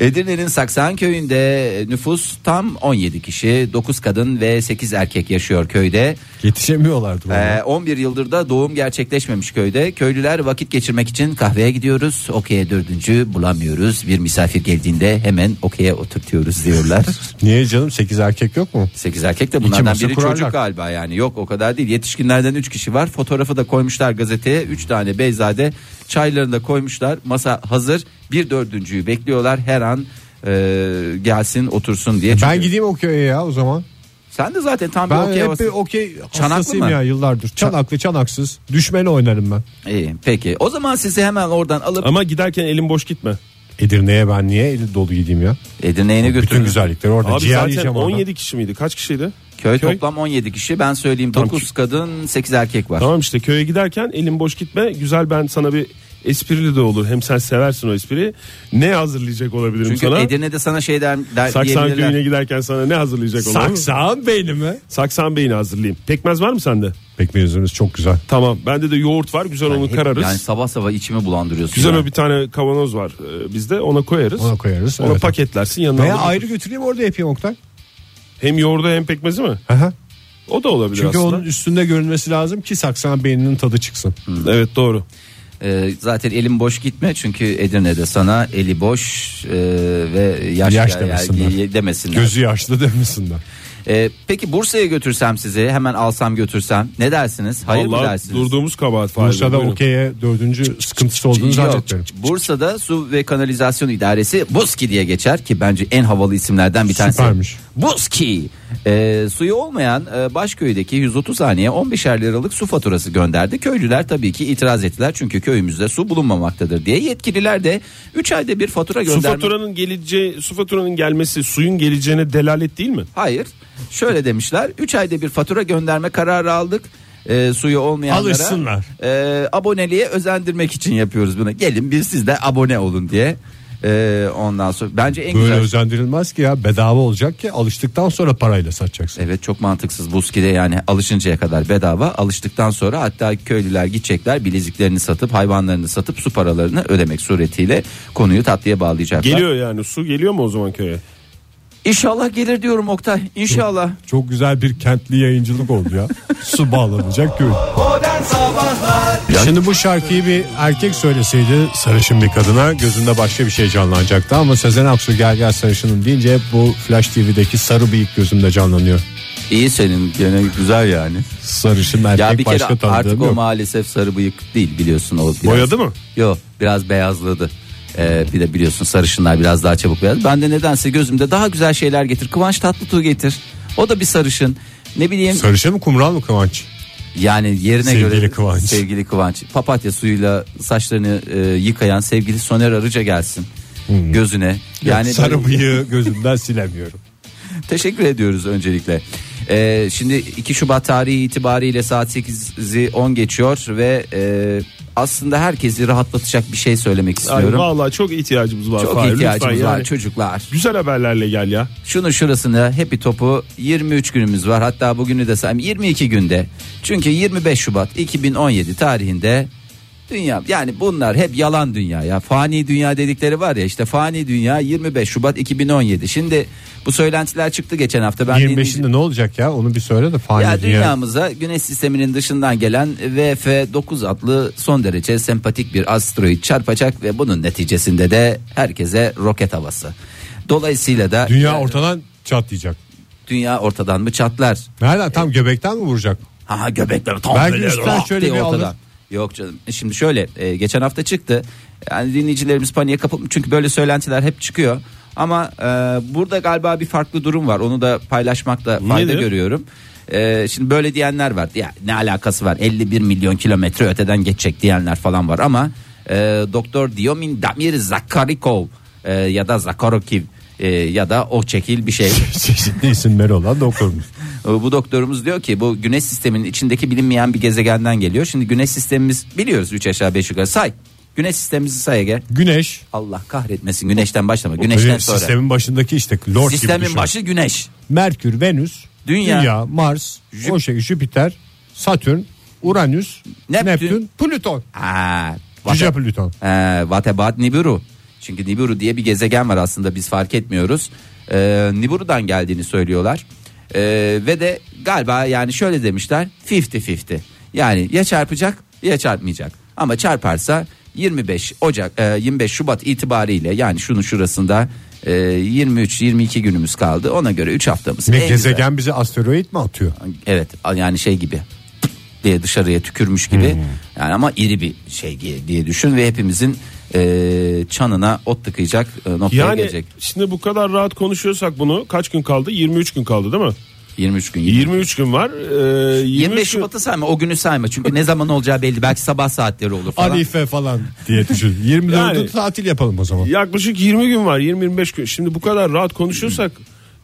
Speaker 4: Edirne'nin Saksan köyünde e, nüfus tam 17 kişi, 9 kadın ve 8 erkek yaşıyor köyde.
Speaker 3: Yetişemiyorlardı.
Speaker 4: Ee, 11 yıldır da doğum gerçekleşmemiş köyde. Köylüler vakit geçirmek için kahveye gidiyoruz. Okey'e dördüncü bulamıyoruz. Bir misafir geldiğinde hemen okey'e oturtuyoruz diyorlar.
Speaker 3: Niye canım 8 erkek yok mu?
Speaker 4: 8 erkek de
Speaker 3: İki
Speaker 4: bunlardan
Speaker 3: masa
Speaker 4: biri
Speaker 3: kurarlar.
Speaker 4: çocuk galiba yani. Yok o kadar değil. Yetişkinlerden 3 kişi var. Fotoğrafı da koymuşlar gazeteye. 3 tane beyzade çaylarını da koymuşlar. Masa hazır. Bir dördüncüyü bekliyorlar. Her an e, gelsin otursun diye. Çünkü
Speaker 3: Ben gideyim okey'e ya o zaman.
Speaker 4: Sen de zaten tam
Speaker 3: Ben
Speaker 4: bir okey
Speaker 3: hep bir
Speaker 4: havası-
Speaker 3: okey
Speaker 4: Çanaklı
Speaker 3: hastasıyım
Speaker 4: mı?
Speaker 3: ya yıllardır. Çanaklı çanaksız. Düşmeli oynarım ben.
Speaker 4: İyi, peki. O zaman sizi hemen oradan alıp
Speaker 5: Ama giderken elin boş gitme.
Speaker 3: Edirne'ye ben niye eli dolu gideyim ya?
Speaker 4: Edirne'ye
Speaker 3: Bütün
Speaker 4: götürün.
Speaker 3: güzellikleri orada.
Speaker 5: Abi
Speaker 3: Ciğer
Speaker 5: zaten
Speaker 3: yiyeceğim
Speaker 5: 17
Speaker 3: orada.
Speaker 5: kişi miydi? Kaç kişiydi?
Speaker 4: Köy,
Speaker 5: Köy.
Speaker 4: toplam 17 kişi. Ben söyleyeyim
Speaker 5: Tamam.
Speaker 4: 9 kadın 8 erkek var.
Speaker 5: Tamam işte köye giderken elin boş gitme. Güzel ben sana bir esprili de olur. Hem sen seversin o espriyi. Ne hazırlayacak olabilirim
Speaker 4: Çünkü
Speaker 5: sana?
Speaker 4: Edirne'de sana şey der, der
Speaker 5: Saksan
Speaker 4: diyebilirler.
Speaker 5: köyüne giderken sana ne hazırlayacak olabilirim?
Speaker 3: Saksan beyni mi?
Speaker 5: Saksan beyni hazırlayayım. Pekmez var mı sende?
Speaker 3: Pekmezimiz çok güzel.
Speaker 5: Tamam. Bende de yoğurt var. Güzel onu
Speaker 4: Hep-
Speaker 5: kararız.
Speaker 4: Yani sabah sabah içimi bulandırıyorsun.
Speaker 5: Güzel
Speaker 4: ya.
Speaker 5: o bir tane kavanoz var e, bizde. Ona koyarız.
Speaker 3: Ona koyarız,
Speaker 5: Ona
Speaker 3: evet.
Speaker 5: paketlersin yanına.
Speaker 3: Veya
Speaker 5: alır.
Speaker 3: ayrı götüreyim orada yapayım Oktay.
Speaker 5: Hem yoğurdu hem pekmezi mi?
Speaker 3: Aha.
Speaker 5: O da olabilir
Speaker 3: Çünkü
Speaker 5: aslında.
Speaker 3: onun üstünde görünmesi lazım ki saksan beyninin tadı çıksın.
Speaker 5: Hmm. Evet doğru.
Speaker 4: Ee, zaten elim boş gitme çünkü Edirne'de sana eli boş e, ve yaş,
Speaker 3: Yaş
Speaker 4: ya-
Speaker 3: demesinler.
Speaker 4: ya- demesinler.
Speaker 3: Gözü yaşlı demesinler.
Speaker 4: Ee, peki Bursa'ya götürsem sizi hemen alsam götürsem ne dersiniz? Hayır mı
Speaker 5: Vallahi
Speaker 4: dersiniz?
Speaker 5: durduğumuz kabahat Fahir Bey,
Speaker 3: Bursa'da
Speaker 5: buyurun.
Speaker 3: okey'e dördüncü sıkıntısı olduğunu
Speaker 4: Yok.
Speaker 3: zannetmiyorum.
Speaker 4: Bursa'da Su ve Kanalizasyon İdaresi BOSKİ diye geçer ki bence en havalı isimlerden bir tanesi.
Speaker 3: Süpermiş.
Speaker 4: BOSKİ. Ee, suyu olmayan e, Başköy'deki 130 haneye 15'er liralık su faturası gönderdi. Köylüler tabii ki itiraz ettiler çünkü köyümüzde su bulunmamaktadır diye. Yetkililer de 3 ayda bir fatura
Speaker 5: Su
Speaker 4: göndermek.
Speaker 5: faturanın geleceği, su faturanın gelmesi suyun geleceğine delalet değil mi?
Speaker 4: Hayır. Şöyle demişler. 3 ayda bir fatura gönderme kararı aldık. Ee, suyu olmayanlara
Speaker 3: Alışsınlar.
Speaker 4: e, aboneliğe özendirmek için yapıyoruz bunu. Gelin bir siz de abone olun diye. Ee, ondan sonra bence en
Speaker 3: Böyle
Speaker 4: güzel.
Speaker 3: özendirilmez ki ya bedava olacak ki alıştıktan sonra parayla satacaksın.
Speaker 4: Evet çok mantıksız Buski'de yani alışıncaya kadar bedava alıştıktan sonra hatta köylüler gidecekler bileziklerini satıp hayvanlarını satıp su paralarını ödemek suretiyle konuyu tatlıya bağlayacaklar.
Speaker 5: Geliyor yani su geliyor mu o zaman köye?
Speaker 4: İnşallah gelir diyorum Oktay İnşallah.
Speaker 3: Çok güzel bir kentli yayıncılık oldu ya. Su bağlanacak köy.
Speaker 2: Modern Sabahlar
Speaker 3: Şimdi bu şarkıyı bir erkek söyleseydi sarışın bir kadına gözünde başka bir şey canlanacaktı ama Sezen Aksu gel gel sarışınım deyince hep bu Flash TV'deki sarı bıyık gözümde canlanıyor.
Speaker 4: İyi senin gene güzel yani.
Speaker 3: Sarışın erkek
Speaker 4: Ya bir kere
Speaker 3: başka
Speaker 4: artık
Speaker 3: tanıdığım
Speaker 4: o
Speaker 3: yok.
Speaker 4: maalesef sarı bıyık değil biliyorsun o biraz.
Speaker 5: Boyadı mı?
Speaker 4: Yok biraz beyazladı. Ee, bir de biliyorsun sarışınlar biraz daha çabuk beyaz. Ben de nedense gözümde daha güzel şeyler getir. Kıvanç Tatlıtuğ getir. O da bir sarışın. Ne bileyim
Speaker 3: Sarışın mı kumral mı Kıvanç?
Speaker 4: yani yerine
Speaker 3: Sevgili
Speaker 4: göre
Speaker 3: Kıvanç.
Speaker 4: sevgili Kıvanç. Papatya suyuyla saçlarını e, yıkayan sevgili Soner Arıca gelsin.
Speaker 3: Hmm.
Speaker 4: Gözüne.
Speaker 3: Yani sarı
Speaker 4: böyle-
Speaker 3: bıyığı gözümden silemiyorum.
Speaker 4: Teşekkür ediyoruz öncelikle. Ee, şimdi 2 Şubat tarihi itibariyle saat 8'i 10 geçiyor ve e, aslında herkesi rahatlatacak bir şey söylemek
Speaker 5: Ay,
Speaker 4: istiyorum.
Speaker 5: vallahi çok ihtiyacımız var.
Speaker 4: Çok
Speaker 5: Fahir,
Speaker 4: ihtiyacımız
Speaker 5: lütfen
Speaker 4: var
Speaker 5: yani.
Speaker 4: çocuklar.
Speaker 5: Güzel haberlerle gel ya.
Speaker 4: Şunu şurasını Happy Top'u 23 günümüz var. Hatta bugünü de sayayım 22 günde. Çünkü 25 Şubat 2017 tarihinde dünya yani bunlar hep yalan dünya ya. Fani dünya dedikleri var ya işte fani dünya 25 Şubat 2017. Şimdi bu söylentiler çıktı geçen hafta. Ben
Speaker 3: 25'inde ne olacak ya onu bir söyle de fani
Speaker 4: hani ya
Speaker 3: dünya.
Speaker 4: dünyamıza güneş sisteminin dışından gelen VF9 adlı son derece sempatik bir asteroid çarpacak ve bunun neticesinde de herkese roket havası. Dolayısıyla da e,
Speaker 3: Dünya ortadan çatlayacak.
Speaker 4: dünya ortadan mı çatlar?
Speaker 3: Nereden tam göbekten mi vuracak?
Speaker 4: Ha ha, göbekler tam
Speaker 3: Belki
Speaker 4: böyle
Speaker 3: üstten
Speaker 4: rah
Speaker 3: şöyle
Speaker 4: diye
Speaker 3: bir
Speaker 4: ortadan.
Speaker 3: alır.
Speaker 4: Ah, Yok canım. Şimdi şöyle e, geçen hafta çıktı. Yani dinleyicilerimiz paniğe kapılmış çünkü böyle söylentiler hep çıkıyor. Ama e, burada galiba bir farklı durum var. Onu da paylaşmakta fayda
Speaker 5: Nedir?
Speaker 4: görüyorum. E, şimdi böyle diyenler var. Ya ne alakası var? 51 milyon kilometre öteden geçecek diyenler falan var ama e, Doktor Diomin Damir Zakarikov e, ya da Zakarokiv e, ya da o çekil bir şey.
Speaker 3: Çeşitli isimleri olan doktorumuz.
Speaker 4: E, Bu doktorumuz diyor ki bu güneş sisteminin içindeki bilinmeyen bir gezegenden geliyor. Şimdi güneş sistemimiz biliyoruz 3 aşağı 5 yukarı say. Güneş sistemimizi say Ege.
Speaker 3: Güneş.
Speaker 4: Allah kahretmesin güneşten başlama
Speaker 3: Böyle
Speaker 4: güneşten sonra.
Speaker 3: Sistemin başındaki işte lord gibi
Speaker 4: Sistemin
Speaker 3: düşün.
Speaker 4: başı güneş.
Speaker 3: Merkür, Venüs,
Speaker 4: Dünya.
Speaker 3: Dünya, Mars,
Speaker 4: Jüp-
Speaker 3: o şey Jüpiter, Satürn, Uranüs,
Speaker 4: Neptün.
Speaker 3: Neptün, Plüton.
Speaker 4: Aa,
Speaker 3: Cüce Plüton.
Speaker 4: Ee, what about Nibiru? Çünkü Nibiru diye bir gezegen var aslında biz fark etmiyoruz. Ee, Nibiru'dan geldiğini söylüyorlar. Ee, ve de galiba yani şöyle demişler 50-50. Yani ya çarpacak ya çarpmayacak. Ama çarparsa 25 Ocak e, 25 Şubat itibariyle yani şunun şurasında e, 23-22 günümüz kaldı. Ona göre 3 haftamız.
Speaker 3: Ne
Speaker 4: En güzel.
Speaker 3: gezegen bize asteroid mi atıyor?
Speaker 4: Evet yani şey gibi diye dışarıya tükürmüş gibi
Speaker 5: Hmm.
Speaker 4: yani ama iri bir şey gi- diye düşün ve hepimizin e, çanına ot tıkayacak e, noktaya
Speaker 5: Yani
Speaker 4: gelecek.
Speaker 5: şimdi bu kadar rahat konuşuyorsak bunu kaç gün kaldı? 23 gün kaldı değil mi?
Speaker 4: 23 gün. 20,
Speaker 5: 23 gün var. Ee,
Speaker 4: 25
Speaker 5: 23 gün-
Speaker 4: Şubat'ı sayma o günü sayma çünkü ne zaman olacağı belli belki sabah saatleri olur falan.
Speaker 3: Arife falan diye düşün. 24'ü
Speaker 5: Yani-
Speaker 3: tatil yapalım o zaman.
Speaker 5: Yaklaşık 20 gün var. 20-25 gün. Şimdi bu kadar rahat konuşuyorsak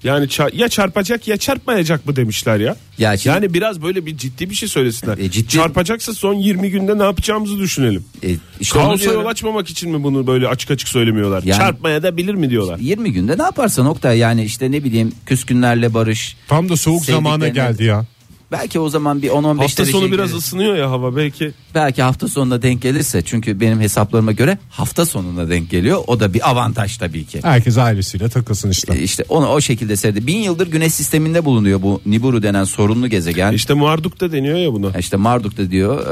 Speaker 5: yani ça- ya çarpacak ya çarpmayacak mı demişler ya.
Speaker 4: Ya şimdi-
Speaker 5: yani biraz böyle bir ciddi bir şey söylesinler.
Speaker 4: E, ciddi-
Speaker 5: Çarpacaksa son 20 günde ne yapacağımızı düşünelim.
Speaker 4: E, işte onu
Speaker 5: Kaosa yol
Speaker 4: diyorum.
Speaker 5: açmamak için mi bunu böyle açık açık söylemiyorlar?
Speaker 4: Yani-
Speaker 5: Çarpmaya da bilir mi diyorlar?
Speaker 4: 20 günde ne yaparsan Oktay yani işte ne bileyim küskünlerle barış.
Speaker 3: Tam da soğuk zamana
Speaker 4: sevdiklerine-
Speaker 3: geldi ya.
Speaker 4: Belki o zaman bir 10-15
Speaker 5: Hafta
Speaker 4: derece
Speaker 5: sonu biraz
Speaker 4: şey gelir.
Speaker 5: ısınıyor ya hava belki.
Speaker 4: Belki hafta sonuna denk gelirse çünkü benim hesaplarıma göre hafta sonuna denk geliyor. O da bir avantaj tabii ki.
Speaker 3: Herkes ailesiyle takılsın işte.
Speaker 4: E, İşte onu o şekilde seyredi. Bin yıldır güneş sisteminde bulunuyor bu Nibiru denen sorunlu gezegen. İşte,
Speaker 5: İşte Marduk da deniyor ya buna.
Speaker 4: Marduk da diyor.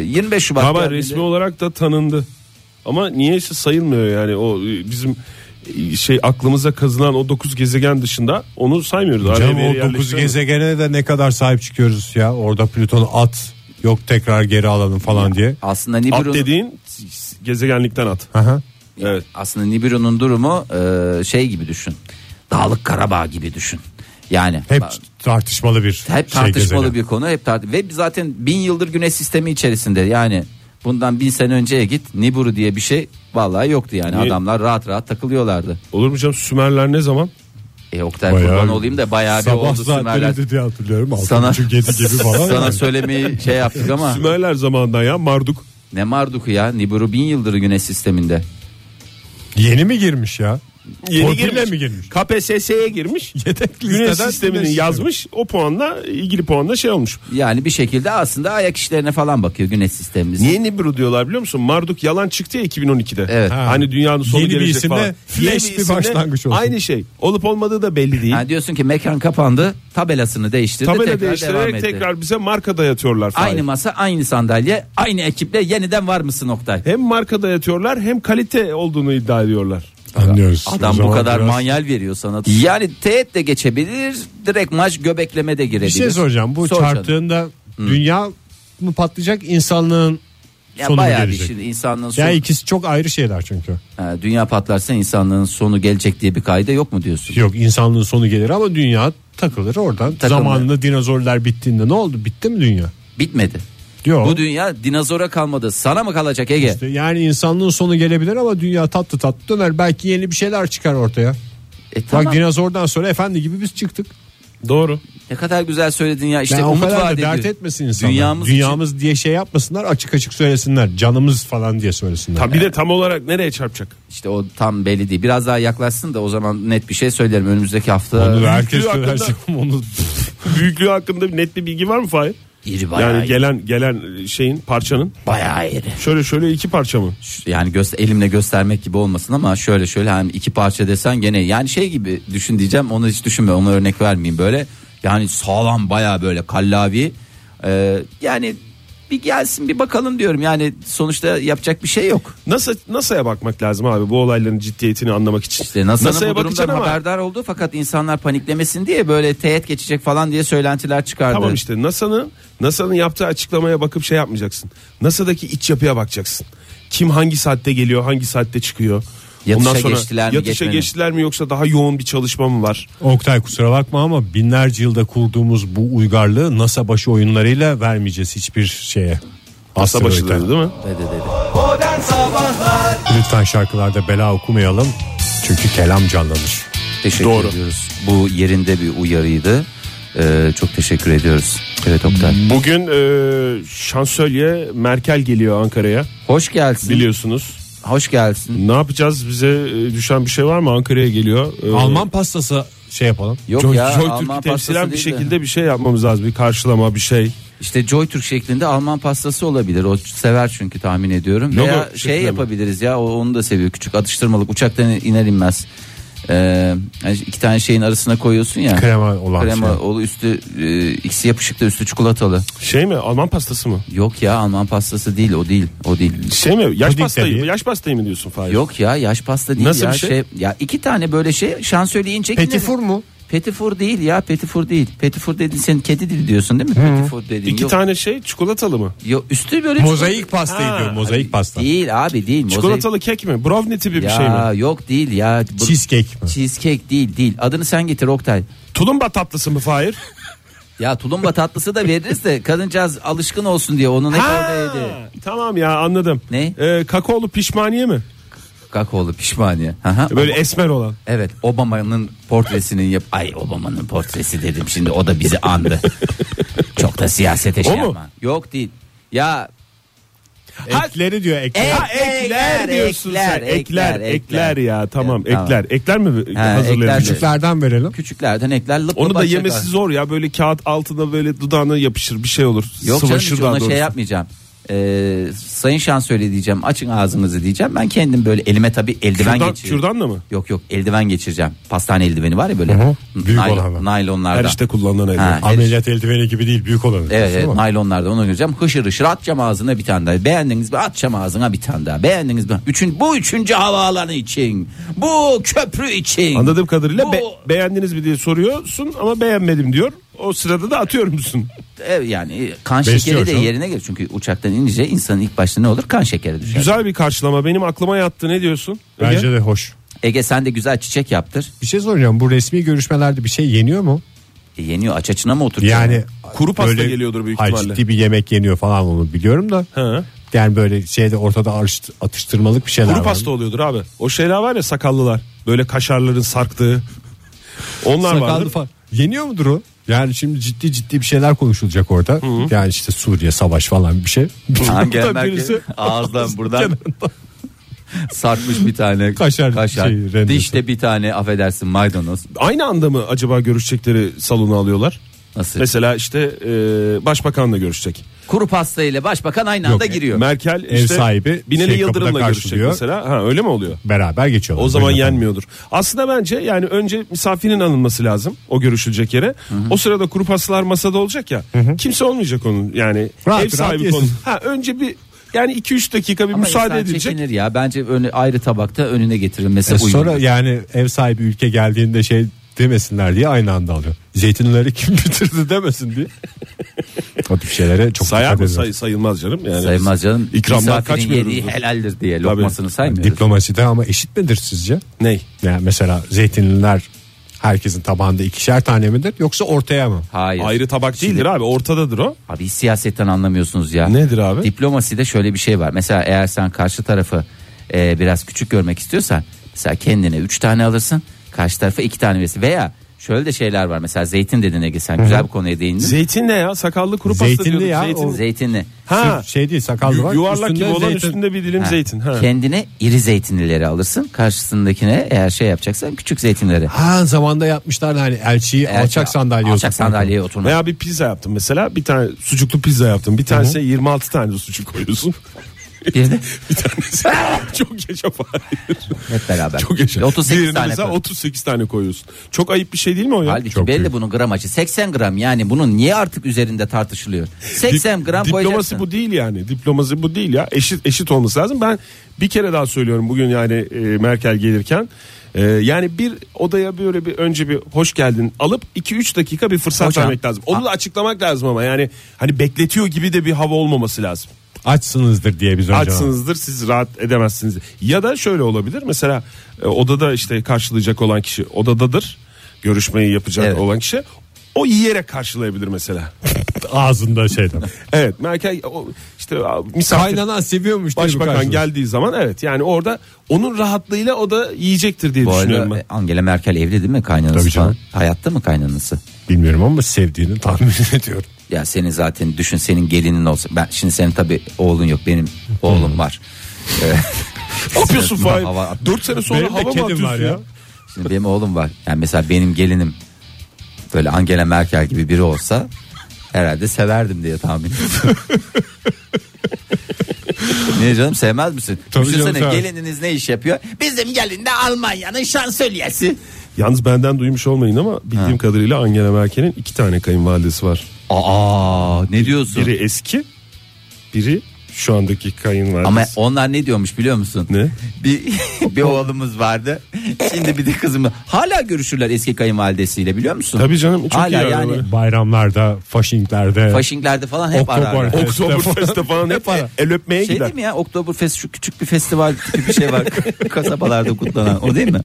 Speaker 4: Ee, 25 Şubat
Speaker 5: Ama
Speaker 4: geldiğinde-
Speaker 5: resmi olarak da tanındı. Ama niyeyse sayılmıyor yani o e, bizim e, şey aklımıza kazınan o 9 gezegen dışında onu saymıyoruz. Araya
Speaker 3: Canım
Speaker 5: bir yere
Speaker 3: o 9
Speaker 5: yerleştirelim.
Speaker 3: gezegene de ne kadar sahip çıkıyoruz ya. Orada Plüton'u at. Yok tekrar geri alalım falan diye.
Speaker 4: aslında
Speaker 5: At
Speaker 4: Nibiru'nun
Speaker 5: dediğin gezegenlikten at.
Speaker 3: Aha.
Speaker 5: Evet.
Speaker 4: aslında Nibiru'nun durumu e, şey gibi düşün. Dağlık Karabağ gibi düşün. Yani
Speaker 3: Hep
Speaker 4: ba-
Speaker 3: tartışmalı bir
Speaker 4: hep
Speaker 3: şey
Speaker 4: tartışmalı
Speaker 3: gezegen.
Speaker 4: bir konu hep tart ve zaten bin yıldır güneş sistemi içerisinde yani bundan bin sene önceye git Nibiru diye bir şey vallahi yoktu yani
Speaker 5: Niye?
Speaker 4: adamlar rahat rahat takılıyorlardı.
Speaker 5: Olur mu canım Sümerler ne zaman?
Speaker 4: E Oktay
Speaker 3: Bayağı-
Speaker 4: kurban olayım da bayağı bir
Speaker 3: Sabah
Speaker 4: oldu Sümerler.
Speaker 3: saatlerinde diye hatırlıyorum.
Speaker 4: Sana-
Speaker 3: Sana, gibi falan.
Speaker 4: Sana
Speaker 3: yani.
Speaker 4: söylemeyi şey yaptık ama
Speaker 5: Sümerler zamanından ya Marduk.
Speaker 4: ne Marduk'u ya Nibiru bin yıldır güneş sisteminde.
Speaker 3: Yeni mi girmiş ya? Torpille mi girmiş?
Speaker 5: KPSS'ye girmiş.
Speaker 3: Yedek
Speaker 5: Güneş
Speaker 3: listeden
Speaker 5: sistemini
Speaker 3: güneş
Speaker 5: yazmış. O puanla ilgili puanla şey olmuş.
Speaker 4: Yani bir şekilde aslında ayak işlerine falan bakıyor güneş sistemimiz.
Speaker 5: Niye Nibiru diyorlar biliyor musun? Marduk yalan çıktı ya 2012'de.
Speaker 4: Evet.
Speaker 3: Ha.
Speaker 5: Hani dünyanın sonu
Speaker 3: Yeni bir
Speaker 5: gelecek
Speaker 3: isimle
Speaker 5: falan.
Speaker 3: flash
Speaker 5: Yeni
Speaker 3: bir başlangıç olsun.
Speaker 5: Aynı şey. Olup olmadığı da belli değil.
Speaker 4: Ha, diyorsun ki mekan kapandı tabelasını değiştirdi
Speaker 5: Tabela
Speaker 4: tekrar devam
Speaker 5: değiştirerek
Speaker 4: etti.
Speaker 5: tekrar bize marka dayatıyorlar. Fahir.
Speaker 4: Aynı masa aynı sandalye aynı ekiple yeniden var mısın Oktay?
Speaker 5: Hem marka dayatıyorlar hem kalite olduğunu iddia ediyorlar.
Speaker 3: Anlıyoruz. O
Speaker 4: Adam bu
Speaker 3: zaman
Speaker 4: kadar
Speaker 3: biraz-
Speaker 4: manyal veriyor sana. Yani teğet de geçebilir direkt maç göbekleme de girebilir.
Speaker 3: Bir şey soracağım. Bu
Speaker 4: Sor canım.
Speaker 3: çarptığında dünya mı patlayacak insanlığın
Speaker 4: Ya
Speaker 3: sonu mu
Speaker 4: bayağı bir
Speaker 3: gelecek?
Speaker 4: şey, insanlığın sonu,
Speaker 3: Ya ikisi çok ayrı şeyler çünkü.
Speaker 4: Ha, dünya patlarsa insanlığın sonu gelecek diye bir kaide yok mu diyorsun?
Speaker 3: Yok insanlığın sonu gelir ama dünya takılır oradan.
Speaker 4: Takılır.
Speaker 3: Zamanında dinozorlar bittiğinde ne oldu? Bitti mi dünya?
Speaker 4: Bitmedi.
Speaker 3: Yok.
Speaker 4: Bu dünya dinozora kalmadı. Sana mı kalacak Ege?
Speaker 3: İşte yani insanlığın sonu gelebilir ama dünya tatlı tatlı döner. Belki yeni bir şeyler çıkar ortaya.
Speaker 4: E tamam.
Speaker 3: Bak dinozordan sonra efendi gibi biz çıktık.
Speaker 5: Doğru.
Speaker 4: Ne kadar güzel söyledin ya. İşte
Speaker 3: yani o
Speaker 4: umut
Speaker 3: kadar
Speaker 4: vaat
Speaker 3: da
Speaker 4: ediyor.
Speaker 3: dert etmesin insanlar.
Speaker 4: Dünyamız
Speaker 3: Dünyamız, diye şey yapmasınlar açık açık söylesinler. Canımız falan diye söylesinler.
Speaker 5: Tabi bir de tam olarak nereye çarpacak?
Speaker 4: İşte o tam belli değil. Biraz daha yaklaşsın da o zaman net bir şey söylerim önümüzdeki hafta.
Speaker 3: Onu da herkes
Speaker 5: Büyüklüğü hakkında-
Speaker 3: söylerse onu
Speaker 5: Büyüklüğü hakkında bir net bir bilgi var mı Fahir?
Speaker 4: İri bayağı
Speaker 5: Yani
Speaker 4: iri.
Speaker 5: gelen gelen şeyin parçanın
Speaker 4: Bayağı iri.
Speaker 5: şöyle şöyle iki parça mı?
Speaker 4: Şu- Yani göster, elimle göstermek gibi olmasın ama şöyle şöyle hani iki parça desen gene yani şey gibi düşün diyeceğim onu hiç düşünme ona örnek vermeyeyim böyle. Yani sağlam bayağı böyle kallavi. Ee, yani bir gelsin bir bakalım diyorum yani sonuçta yapacak bir şey yok.
Speaker 5: NASA NASA'ya bakmak lazım abi bu olayların ciddiyetini anlamak için.
Speaker 4: İşte NASA'nın
Speaker 5: NASA'ya
Speaker 4: bu
Speaker 5: bakacaksın
Speaker 4: durumdan
Speaker 5: ama
Speaker 4: haberdar oldu fakat insanlar paniklemesin diye böyle teğet geçecek falan diye söylentiler çıkardı.
Speaker 5: tamam işte NASA'nın NASA'nın yaptığı açıklamaya bakıp şey yapmayacaksın. NASA'daki iç yapıya bakacaksın. Kim hangi saatte geliyor, hangi saatte çıkıyor?
Speaker 4: Yatışa geçtiler mi,
Speaker 5: yatışa
Speaker 4: geçmedi mi?
Speaker 5: geçtiler mi yoksa daha yoğun bir çalışma mı var?
Speaker 3: Oktay kusura bakma ama binlerce yılda kurduğumuz bu uygarlığı NASA başı oyunlarıyla vermeyeceğiz hiçbir şeye.
Speaker 5: NASA
Speaker 3: Asteroide.
Speaker 5: başladı değil mi?
Speaker 4: Dedi dedi.
Speaker 2: Modern Sabahlar
Speaker 3: Lütfen şarkılarda bela okumayalım. Çünkü kelam canlanır.
Speaker 4: Teşekkür
Speaker 5: Doğru.
Speaker 4: ediyoruz. Bu yerinde bir uyarıydı. Ee, çok teşekkür ediyoruz. Evet Oktay.
Speaker 5: Bugün e, şansölye Merkel geliyor Ankara'ya
Speaker 4: Hoş gelsin.
Speaker 5: biliyorsunuz.
Speaker 4: Hoş gelsin.
Speaker 5: Ne yapacağız bize e, düşen bir şey var mı Ankara'ya geliyor. E,
Speaker 3: Alman pastası şey yapalım.
Speaker 4: Yok
Speaker 5: Joy,
Speaker 4: ya
Speaker 5: Joy Türk'ü
Speaker 4: Alman
Speaker 5: temsilen
Speaker 4: pastası
Speaker 5: bir
Speaker 4: değil
Speaker 5: şekilde
Speaker 4: de.
Speaker 5: bir şey yapmamız lazım. Bir karşılama bir şey.
Speaker 4: İşte Joy Türk şeklinde Alman pastası olabilir. O sever çünkü tahmin ediyorum.
Speaker 5: Logo
Speaker 4: Veya
Speaker 5: şeklinde
Speaker 4: şey
Speaker 5: mi?
Speaker 4: yapabiliriz ya o- onu da seviyor. Küçük atıştırmalık uçaktan iner inmez. Ee, yani iki tane şeyin arasına koyuyorsun ya.
Speaker 3: Krema olan
Speaker 4: Krema
Speaker 3: şey.
Speaker 4: olu üstü e, ikisi yapışık da üstü çikolatalı.
Speaker 5: Şey mi Alman pastası mı?
Speaker 4: Yok ya Alman pastası değil o değil o değil.
Speaker 5: Şey mi yaş
Speaker 3: Puding
Speaker 5: pastayı
Speaker 3: tabii.
Speaker 5: Yaş pastayı mı diyorsun Fahir?
Speaker 4: Yok ya yaş pasta değil
Speaker 5: Nasıl
Speaker 4: ya
Speaker 5: bir şey?
Speaker 4: ya iki tane böyle şey şansölyeince
Speaker 3: Petifur mu?
Speaker 4: Petifur değil ya petifur değil. Petifur dedin sen kedi dili diyorsun değil mi? Petifur dedin.
Speaker 5: İki
Speaker 4: Yok,
Speaker 5: tane şey çikolatalı mı?
Speaker 4: yok, üstü böyle
Speaker 3: Mozaik pastayı
Speaker 5: Ha,
Speaker 3: diyor mozaik pasta.
Speaker 4: Değil abi değil. Mozaik-
Speaker 5: Çikolatalı kek mi? Brownie tipi bir
Speaker 4: ya,
Speaker 5: şey mi?
Speaker 4: yok değil ya. Bu-
Speaker 3: Cheesecake mi?
Speaker 4: Cheesecake değil değil. Adını sen getir Oktay.
Speaker 5: Tulumba tatlısı mı Fahir?
Speaker 4: Ya tulumba tatlısı da veririz de kadıncağız alışkın olsun diye onun hep orada yedi.
Speaker 5: Ha, tamam ya anladım.
Speaker 4: Ne?
Speaker 5: Ee, kakaolu pişmaniye mi?
Speaker 4: Kakaolu pişmaniye. Hı hı.
Speaker 5: Böyle esmer olan.
Speaker 4: Evet Obama'nın portresinin yap. Ay Obama'nın portresi dedim şimdi o da bizi andı. Çok da siyasete şey
Speaker 5: O mu?
Speaker 4: yapma. Yok değil. Ya
Speaker 3: Ekleri diyor ekleri.
Speaker 4: Ha,
Speaker 5: Ha, ekler diyorsun sen.
Speaker 4: ekler,
Speaker 5: Ekler, ekler,
Speaker 4: ekler.
Speaker 5: ya tamam
Speaker 4: Evet,
Speaker 5: ekler. Ekler mi
Speaker 4: Ha, ekler.
Speaker 5: hazırlayabiliriz?
Speaker 3: Küçüklerden verelim.
Speaker 4: küçüklerden ekler lıp
Speaker 5: Onu
Speaker 4: lıp
Speaker 5: da
Speaker 4: açacak.
Speaker 5: yemesi zor ya böyle kağıt altına böyle dudağına yapışır bir şey olur.
Speaker 4: Yok canım hiç
Speaker 5: Sıvaşır daha
Speaker 4: ona
Speaker 5: doğrusu.
Speaker 4: şey yapmayacağım. Ee, sayın şansölye diyeceğim açın ağzınızı diyeceğim ben kendim böyle elime tabi eldiven
Speaker 5: Kürdan,
Speaker 4: geçiriyorum.
Speaker 5: kürdanla mı?
Speaker 4: Yok yok eldiven geçireceğim. Pastane eldiveni var ya böyle.
Speaker 3: Hı hı, büyük
Speaker 4: naylon-
Speaker 3: olanlar.
Speaker 5: Her
Speaker 4: Naylonlardan.
Speaker 5: işte kullanılan
Speaker 4: Ha,
Speaker 5: eldiven.
Speaker 4: her işte-
Speaker 3: Ameliyat eldiveni gibi değil büyük olanı.
Speaker 4: Evet,
Speaker 3: Değil
Speaker 4: evet
Speaker 3: mi?
Speaker 4: naylonlardan onu göreceğim. Hışır hışır atacağım ağzına bir tane daha. Beğendiniz mi? Atacağım ağzına bir tane daha. Beğendiniz mi? Üçün, bu üçüncü havaalanı için. Bu köprü için.
Speaker 5: Anladığım kadarıyla
Speaker 4: Bu-
Speaker 5: be- beğendiniz mi diye soruyorsun ama beğenmedim diyor. O sırada da atıyorum musun?
Speaker 4: Evet, yani kan
Speaker 3: Besliyor
Speaker 4: şekeri de
Speaker 3: canım.
Speaker 4: yerine gelir. Çünkü uçaktan inince insanın ilk başta ne olur? Kan şekeri düşer.
Speaker 5: Güzel bir karşılama benim aklıma yattı ne diyorsun? Ege?
Speaker 3: Bence de hoş.
Speaker 4: Ege sen de güzel çiçek yaptır.
Speaker 3: Bir şey soracağım bu resmi görüşmelerde bir şey yeniyor mu?
Speaker 4: E, yeniyor aç açına mı oturtacak?
Speaker 3: Yani
Speaker 5: Kuru pasta geliyordur büyük
Speaker 3: Hayır,
Speaker 5: ihtimalle.
Speaker 3: ciddi bir yemek yeniyor falan onu biliyorum da.
Speaker 5: Hı.
Speaker 3: Yani böyle şeyde ortada arışt- atıştırmalık bir şeyler
Speaker 5: Kuru
Speaker 3: var.
Speaker 5: pasta oluyordur abi. O şeyler var ya sakallılar. Böyle kaşarların sarktığı. Onlar
Speaker 3: Sakallı
Speaker 5: vardır.
Speaker 3: falan. Yeniyor mudur o? Yani şimdi ciddi ciddi bir şeyler konuşulacak orada. Yani işte Suriye savaş falan bir şey.
Speaker 4: Angela Merkel
Speaker 5: birisi-
Speaker 4: ağızdan buradan sarkmış bir tane
Speaker 3: Kaşar şeyi, rendesi.
Speaker 4: Dişte bir tane affedersin maydanoz.
Speaker 5: Aynı anda mı acaba görüşecekleri salonu alıyorlar?
Speaker 4: Nasıl?
Speaker 5: Mesela işte e, başbakanla görüşecek.
Speaker 4: Kuru pasta ile başbakan aynı
Speaker 3: Yok.
Speaker 4: anda giriyor.
Speaker 5: Merkel
Speaker 3: Ev
Speaker 5: işte
Speaker 3: sahibi
Speaker 5: Binali
Speaker 3: şey, kapıda
Speaker 5: Yıldırım'la görüşecek
Speaker 3: karşılıyor.
Speaker 5: mesela. Ha öyle mi oluyor?
Speaker 3: Beraber geçiyorlar.
Speaker 5: O zaman
Speaker 3: Böyle.
Speaker 5: yenmiyordur. Aslında bence yani önce misafirin alınması lazım o görüşülecek yere. O sırada kuru pastalar masada olacak ya. Kimse olmayacak onun yani
Speaker 3: Rahat
Speaker 5: ev
Speaker 3: rahat
Speaker 5: sahibi
Speaker 3: yesin.
Speaker 5: konu. Ha önce bir yani 2-3 dakika bir
Speaker 4: Ama
Speaker 5: müsaade
Speaker 4: insan
Speaker 5: edilecek.
Speaker 4: çekinir ya. Bence önü, ayrı tabakta önüne getirilmesi
Speaker 3: E
Speaker 4: uygun.
Speaker 3: sonra yani ev sahibi ülke geldiğinde şey demesinler diye aynı anda alıyor. Zeytinleri kim bitirdi demesin diye. o tip şeylere çok
Speaker 5: Sayar
Speaker 3: dikkat
Speaker 5: mı?
Speaker 3: ediyorum.
Speaker 5: Say- sayılmaz canım. Yani
Speaker 4: Sayılmaz canım.
Speaker 5: İkramlar
Speaker 4: Misafirin
Speaker 5: kaçmıyoruz.
Speaker 4: yediği helaldir diye lokmasını saymıyoruz.
Speaker 3: Diplomaside ama eşit midir sizce?
Speaker 5: Ney?
Speaker 3: Yani mesela zeytinliler herkesin tabağında ikişer tane midir yoksa ortaya mı?
Speaker 4: Hayır.
Speaker 5: Ayrı tabak değildir abi ortadadır o.
Speaker 4: Abi hiç siyasetten anlamıyorsunuz ya.
Speaker 5: Nedir abi?
Speaker 4: Diplomaside şöyle bir şey var. Mesela eğer sen karşı tarafı e, biraz küçük görmek istiyorsan mesela kendine 3 tane alırsın. Karşı tarafa 2 tane verirsin. Veya şöyle de şeyler var. Mesela zeytin dedin Ege sen güzel bir konuya değindin.
Speaker 5: Zeytin ne ya? Sakallı kuru pasta
Speaker 3: Zeytinli
Speaker 5: diyorduk.
Speaker 3: ya,
Speaker 5: Zeytin.
Speaker 3: o-
Speaker 4: Zeytinli.
Speaker 5: Ha.
Speaker 3: Şu Şey değil sakallı var.
Speaker 5: Yu- yuvarlak
Speaker 3: üstünde
Speaker 5: gibi olan
Speaker 3: zeytin.
Speaker 5: üstünde bir dilim
Speaker 4: Ha.
Speaker 5: zeytin. Ha.
Speaker 4: Kendine iri zeytinlileri alırsın. Karşısındakine eğer şey yapacaksan küçük zeytinleri.
Speaker 3: Ha zamanda yapmışlar da hani elçiyi
Speaker 4: Eğer- şey
Speaker 3: alçak sandalyeye
Speaker 4: Alçak
Speaker 3: oturtmak.
Speaker 4: sandalyeye oturmak.
Speaker 5: Veya bir pizza yaptım mesela. Bir tane sucuklu pizza yaptım. Bir tanesine 26 tane sucuk koyuyorsun.
Speaker 4: Bir de
Speaker 5: bir tanesi çok yaşa Fahir.
Speaker 4: hep beraber.
Speaker 5: Çok yaşa.
Speaker 4: 38
Speaker 5: Diğerine
Speaker 4: tane.
Speaker 5: mesela
Speaker 4: koy.
Speaker 5: 38 tane koyuyorsun. Çok ayıp bir şey değil mi o ya?
Speaker 4: Halbuki
Speaker 5: çok
Speaker 4: belli bunun gramajı 80 gram yani bunun niye artık üzerinde tartışılıyor? 80 gram
Speaker 5: Diplomasi
Speaker 4: koyacaksın.
Speaker 5: bu değil yani. Diplomasi bu değil ya. Eşit eşit olması lazım. Ben bir kere daha söylüyorum bugün yani e, Merkel gelirken e, yani bir odaya böyle bir önce bir hoş geldin alıp 2-3 dakika bir fırsat
Speaker 4: Hocam.
Speaker 5: vermek lazım. Onu da açıklamak lazım ama yani hani bekletiyor gibi de bir hava olmaması lazım.
Speaker 3: Açsınızdır diye biz önce.
Speaker 5: açsınızdır siz rahat edemezsiniz. Ya da şöyle olabilir mesela e, odada işte karşılayacak olan kişi odadadır görüşmeyi yapacak
Speaker 4: Evet.
Speaker 5: olan kişi o yiyerek karşılayabilir mesela.
Speaker 6: ağzında şey şeyden.
Speaker 5: Evet merkez o işte a, misafir
Speaker 3: Kaynanan seviyormuş değil mi
Speaker 5: başbakan
Speaker 3: karşınızda?
Speaker 5: geldiği zaman evet yani orada onun rahatlığıyla o da yiyecektir diye
Speaker 4: Bu
Speaker 5: düşünüyorum
Speaker 4: arada e,
Speaker 5: ben.
Speaker 4: Angela Merkel evli değil mi kaynanası
Speaker 6: Tabii
Speaker 4: falan?
Speaker 6: canım.
Speaker 4: Hayatta mı kaynanası?
Speaker 6: Bilmiyorum ama sevdiğini tahmin ediyorum.
Speaker 4: Ya senin zaten düşün senin gelinin olsa. Ben şimdi senin tabii oğlun yok benim oğlum var.
Speaker 5: Ne yapıyorsun Fahir?
Speaker 4: Hava-
Speaker 5: 4 sene sonra
Speaker 6: Benim de
Speaker 5: hava mı
Speaker 6: kedim
Speaker 5: atıyorsun
Speaker 6: var
Speaker 5: ya?
Speaker 6: ya.
Speaker 4: Şimdi benim oğlum var. Yani mesela benim gelinim böyle Angela Merkel gibi biri olsa herhalde severdim diye tahmin ediyorum. Niye canım sevmez misin?
Speaker 6: Tabii
Speaker 4: Düşünsene
Speaker 6: canım, sever.
Speaker 4: gelininiz ne iş yapıyor? Bizim gelin de Almanya'nın şansölyesi.
Speaker 5: Yalnız benden duymuş olmayın ama bildiğim kadarıyla Angela Merkel'in iki tane kayınvalidesi var.
Speaker 4: Aa ne diyorsun?
Speaker 5: Biri eski, biri şu andaki kayınvalidesi.
Speaker 4: Ama onlar ne diyormuş biliyor musun?
Speaker 5: Ne?
Speaker 4: Bir, bir oğlumuz vardı. Şimdi bir de kızım. Hala görüşürler eski kayınvalidesiyle biliyor musun?
Speaker 5: Tabii canım, çok
Speaker 4: Hala
Speaker 5: iyi
Speaker 4: yani.
Speaker 5: araları.
Speaker 6: Bayramlarda, faşinglerde.
Speaker 4: Faşinglerde falan hep
Speaker 6: Oktober.
Speaker 4: ararlar.
Speaker 5: Oktoberfest'te falan hep el öpmeye
Speaker 4: Şey
Speaker 5: gider.
Speaker 4: değil mi ya Oktoberfest şu küçük bir festival gibi bir şey var kasabalarda kutlanan o değil mi?